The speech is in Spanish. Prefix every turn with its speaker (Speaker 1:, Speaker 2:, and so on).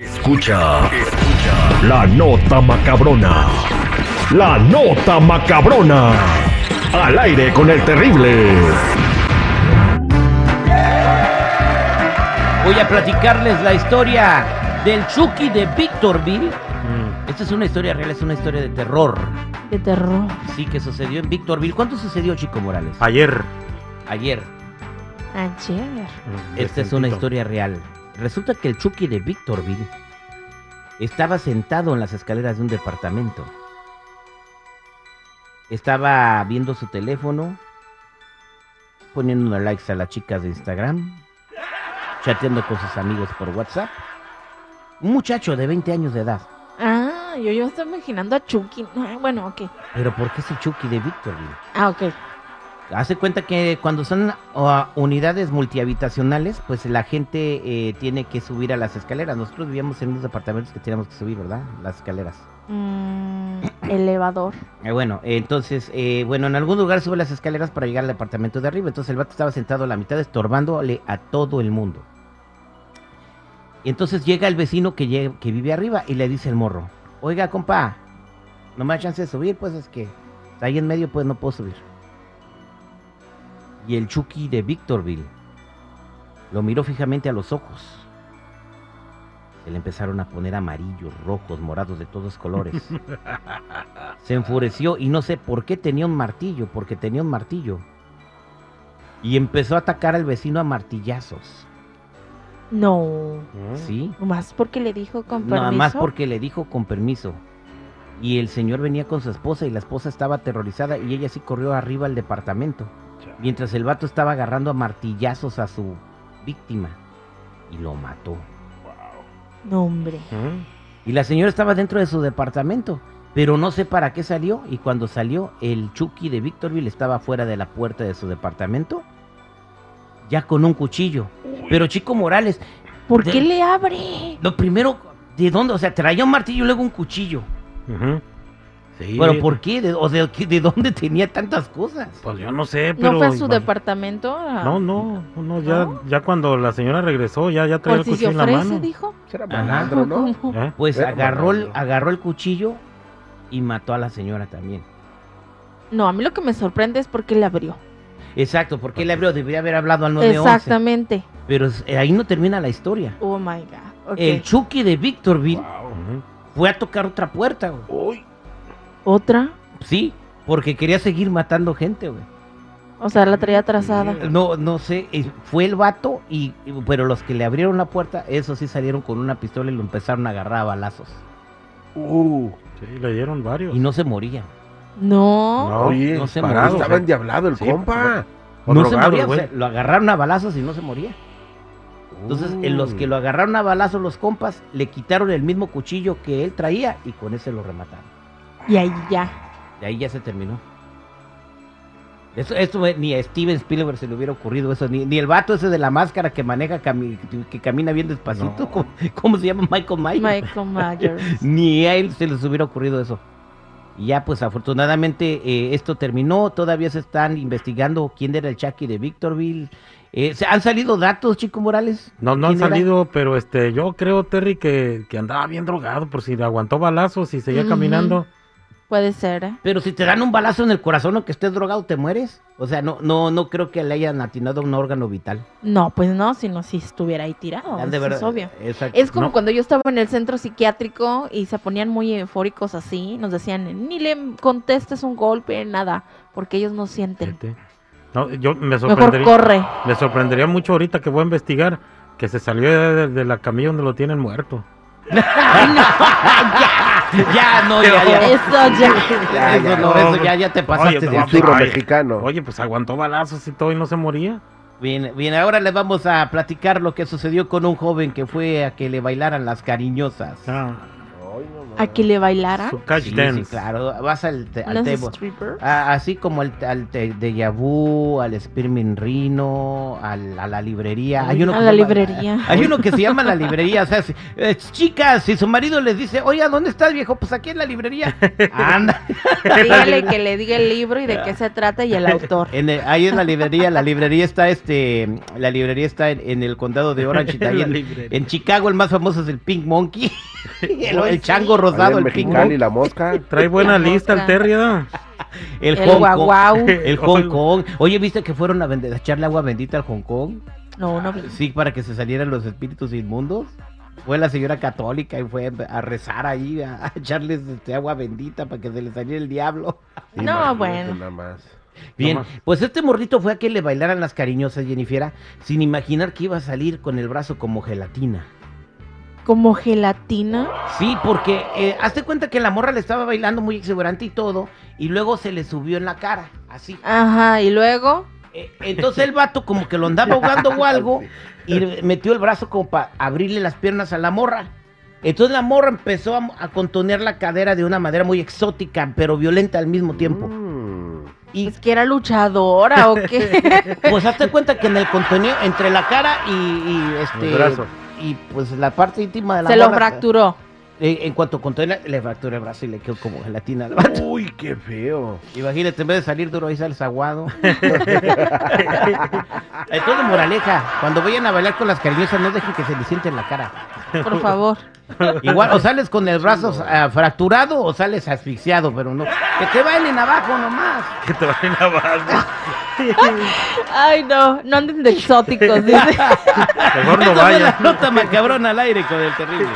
Speaker 1: Escucha, escucha la nota macabrona. La nota macabrona. Al aire con el terrible.
Speaker 2: Voy a platicarles la historia del Chucky de Victorville. Esta es una historia real, es una historia de terror.
Speaker 3: De terror.
Speaker 2: Sí, que sucedió en Victorville. ¿Cuánto sucedió, Chico Morales?
Speaker 4: Ayer.
Speaker 2: Ayer.
Speaker 3: Ayer.
Speaker 2: Esta es una historia real. Resulta que el Chucky de Victorville estaba sentado en las escaleras de un departamento. Estaba viendo su teléfono, poniendo likes a las chicas de Instagram, chateando con sus amigos por WhatsApp. Un muchacho de 20 años de edad.
Speaker 3: Ah, yo, yo estoy imaginando a Chucky. Ah, Bueno, ok.
Speaker 2: Pero ¿por qué es el Chucky de Victorville?
Speaker 3: Ah, ok.
Speaker 2: Hace cuenta que cuando son ah, unidades multihabitacionales, pues la gente eh, tiene que subir a las escaleras. Nosotros vivíamos en unos departamentos que teníamos que subir, ¿verdad? Las escaleras.
Speaker 3: Mm, elevador.
Speaker 2: Eh, bueno, eh, entonces, eh, bueno, en algún lugar sube las escaleras para llegar al departamento de arriba. Entonces el vato estaba sentado a la mitad estorbándole a todo el mundo. Y entonces llega el vecino que, lle- que vive arriba y le dice el morro, oiga, compa, no me da chance de subir, pues es que ahí en medio pues no puedo subir. Y el Chucky de Victorville lo miró fijamente a los ojos. Se le empezaron a poner amarillos, rojos, morados de todos colores. Se enfureció y no sé por qué tenía un martillo, porque tenía un martillo. Y empezó a atacar al vecino a martillazos.
Speaker 3: No.
Speaker 5: ¿Eh?
Speaker 2: ¿Sí?
Speaker 3: Más porque le dijo con permiso.
Speaker 2: Nada más porque le dijo con permiso. Y el señor venía con su esposa y la esposa estaba aterrorizada y ella sí corrió arriba al departamento. Mientras el vato estaba agarrando a martillazos a su víctima. Y lo mató.
Speaker 3: No, hombre.
Speaker 2: Y la señora estaba dentro de su departamento, pero no sé para qué salió. Y cuando salió, el Chucky de Victorville estaba fuera de la puerta de su departamento, ya con un cuchillo. Pero Chico Morales,
Speaker 3: ¿Por
Speaker 2: De-
Speaker 3: qué le abre?
Speaker 2: lo primero, ¿de dónde? O sea, traía un martillo y luego un cuchillo.
Speaker 4: Sí.
Speaker 2: ¿Pero por qué? ¿De, ¿O de, qué- de dónde tenía tantas cosas?
Speaker 4: Pues yo no sé, pero.
Speaker 3: ¿No fue a su
Speaker 4: imag-
Speaker 3: departamento? Ah,
Speaker 4: No, no, no, ya,
Speaker 3: ¿No?
Speaker 4: ya cuando la señora regresó, ya, ya
Speaker 3: Por
Speaker 4: traía el
Speaker 3: si se
Speaker 4: cuchillo en la mano.
Speaker 3: ofrece, dijo.
Speaker 5: Será
Speaker 2: Ajá.
Speaker 5: malandro, ¿no?
Speaker 3: ¿Cómo?
Speaker 4: ¿Eh?
Speaker 2: Pues
Speaker 5: Pero,
Speaker 2: agarró el,
Speaker 5: bueno.
Speaker 2: agarró el cuchillo y mató a la señora también.
Speaker 3: No, a mí lo que me sorprende es por qué le abrió.
Speaker 2: Exacto, porque él abrió, debería haber hablado al 911.
Speaker 3: Exactamente.
Speaker 2: Pero eh, ahí no termina la historia.
Speaker 3: Oh my God. ok.
Speaker 2: El Chucky de Victorville
Speaker 4: Ujú.
Speaker 2: fue a tocar otra puerta, güey.
Speaker 5: Uy,
Speaker 3: ¿Otra?
Speaker 2: Sí, porque quería seguir matando gente, güey.
Speaker 3: O sea, la traía atrasada.
Speaker 2: No, no sé, eh, fue el vato y, y- pero los que le abrieron la puerta, esos sí salieron con una pistola y lo empezaron a agarrar a balazos.
Speaker 5: uh,
Speaker 4: Sí, le dieron varios.
Speaker 2: Y no se moría.
Speaker 3: No.
Speaker 4: No,
Speaker 5: oye,
Speaker 2: no se
Speaker 5: parado,
Speaker 2: movió.
Speaker 5: estaba endiablado el
Speaker 4: Sí,
Speaker 5: compa.
Speaker 2: No se
Speaker 4: drogado,
Speaker 2: moría, o
Speaker 4: güey.
Speaker 2: sea, lo agarraron a balazos y no se moría. Entonces, en los
Speaker 4: Mm.
Speaker 2: que lo agarraron a balazos los compas, le quitaron el mismo cuchillo que él traía y con ese lo remataron.
Speaker 3: Y ahí ya.
Speaker 2: De ahí ya se terminó. Eso, esto eh, ni a Steven Spielberg se le hubiera ocurrido eso, ni, ni el vato ese de la máscara que maneja, cami- que camina bien despacito,
Speaker 4: No.
Speaker 2: ¿cómo, cómo se llama Michael Myers?
Speaker 3: Michael Myers.
Speaker 2: Ni a él se les hubiera ocurrido eso. Y ya, pues afortunadamente eh, esto terminó, todavía se están investigando quién era el Chucky de Victorville. Eh, ¿se ¿Han salido datos, Chico Morales?
Speaker 4: No, no han
Speaker 2: ¿Quién era?
Speaker 4: salido, pero este, yo creo, Terry, que, que andaba bien drogado por si le aguantó balazos y seguía
Speaker 3: Ujú.
Speaker 4: caminando.
Speaker 3: Puede ser, ¿eh?
Speaker 2: Pero si te dan un balazo en el corazón o que estés drogado, ¿te mueres? O sea, no, no, no creo que le hayan atinado a un órgano vital.
Speaker 3: No, pues no, sino si estuviera ahí tirado.
Speaker 2: Ah,
Speaker 3: eso
Speaker 2: de
Speaker 3: es
Speaker 2: verdad,
Speaker 3: obvio.
Speaker 2: exacto.
Speaker 3: Es como
Speaker 4: No.
Speaker 3: cuando yo estaba en el centro psiquiátrico y se ponían muy eufóricos así, nos decían, ni le contestes un golpe, nada, porque ellos no sienten.
Speaker 4: Fíjate. Este, No, yo me
Speaker 3: Mejor
Speaker 4: sorprendería,
Speaker 3: corre.
Speaker 4: me sorprendería mucho ahorita que voy a investigar que se salió de, de la camilla donde lo tienen muerto.
Speaker 2: Ya, no, ya, ya.
Speaker 3: Eso ya.
Speaker 5: Ya,
Speaker 2: Eso
Speaker 5: ya,
Speaker 2: no,
Speaker 4: no,
Speaker 2: eso
Speaker 4: güey.
Speaker 2: ya, ya te
Speaker 4: Oye,
Speaker 2: pasaste.
Speaker 4: no,
Speaker 2: de-
Speaker 5: El turro
Speaker 4: Ay.
Speaker 5: mexicano.
Speaker 4: Oye, pues aguantó balazos y todo y no se moría.
Speaker 2: Bien, bien, ahora les vamos a platicar lo que sucedió con un joven que fue a que le bailaran las cariñosas.
Speaker 5: Ay, no
Speaker 3: a que le bailara.
Speaker 4: Su catch
Speaker 2: Sí,
Speaker 4: Ah, dance.
Speaker 2: sí, claro. Vas al, te- al
Speaker 3: Una
Speaker 2: table.
Speaker 3: stripper.
Speaker 2: A- así como al, al te- Deja Vu, al Spearmint Rino, al- a la librería. Hay uno
Speaker 3: A
Speaker 2: que
Speaker 3: la
Speaker 2: se llama-
Speaker 3: librería.
Speaker 2: Hay uno que se llama la librería. O sea, si- eh, chicas, si su marido les dice, oiga, ¿dónde estás, viejo? Pues aquí en la librería. Anda.
Speaker 3: Dígale que le diga el libro y de qué se trata y el autor.
Speaker 2: En el- ahí es la librería. La librería está este, la librería está en, en el condado de Orange. y
Speaker 4: La
Speaker 2: también
Speaker 4: librería.
Speaker 2: en Chicago el más famoso es el Pink Monkey. El, el chango
Speaker 5: Ahí
Speaker 2: rosado,
Speaker 5: en
Speaker 2: el Pink
Speaker 5: Mexicali,
Speaker 2: Monkey.
Speaker 5: la mosca.
Speaker 4: Trae buena
Speaker 3: La
Speaker 4: lista el
Speaker 3: mosca.
Speaker 4: Terry, ¿no?
Speaker 2: El,
Speaker 3: El
Speaker 2: Hong Kong.
Speaker 3: guaguau.
Speaker 2: El Hong Kong. Oye, ¿viste que fueron a, vender, a echarle agua bendita al Hong Kong?
Speaker 3: No, no vi.
Speaker 2: Sí, para que se salieran los espíritus inmundos. Fue la señora católica y fue a rezar ahí, a, a echarles este, agua bendita para que se le saliera el diablo.
Speaker 3: No,
Speaker 5: Imagínate
Speaker 3: bueno.
Speaker 5: Nada más.
Speaker 2: Bien,
Speaker 4: Nomás.
Speaker 2: pues este morrito fue a que le bailaran las cariñosas Jennifer, ¿ah? sin imaginar que iba a salir con el brazo como gelatina.
Speaker 3: Como gelatina.
Speaker 2: Sí, porque eh, hazte cuenta que la morra le estaba bailando muy exuberante y todo, y luego se le subió en la cara, así.
Speaker 3: Ajá, y luego.
Speaker 2: Eh, entonces el vato como que lo andaba ahogando o algo y le metió el brazo como para abrirle las piernas a la morra. Entonces la morra empezó a, a contonear la cadera de una manera muy exótica, pero violenta al mismo tiempo.
Speaker 5: Mm.
Speaker 2: Y
Speaker 3: Es pues, que era luchadora o qué.
Speaker 2: pues hazte cuenta que en el contenido, entre la cara y, y, este...
Speaker 4: El brazo.
Speaker 2: Y pues la parte íntima de la
Speaker 3: Se lo
Speaker 2: morra,
Speaker 3: fracturó.
Speaker 2: eh, en cuanto contenía, le fracturó el brazo y le quedó como gelatina al vato.
Speaker 5: Uy, qué feo.
Speaker 2: Imagínate, en vez de salir duro, ahí sales aguado. Entonces, moraleja, cuando vayan a bailar con las cariñosas, no dejen que se les siente en la cara.
Speaker 3: Por favor.
Speaker 2: Igual, o sales con el brazo ah, fracturado o sales asfixiado, pero no. Que te bailen abajo nomás.
Speaker 4: Que te vayan abajo.
Speaker 3: Ay, no. No anden de exóticos, dice.
Speaker 4: Mejor no
Speaker 2: Esa fue
Speaker 4: vaya.
Speaker 2: la nota macabrona al aire con el terrible.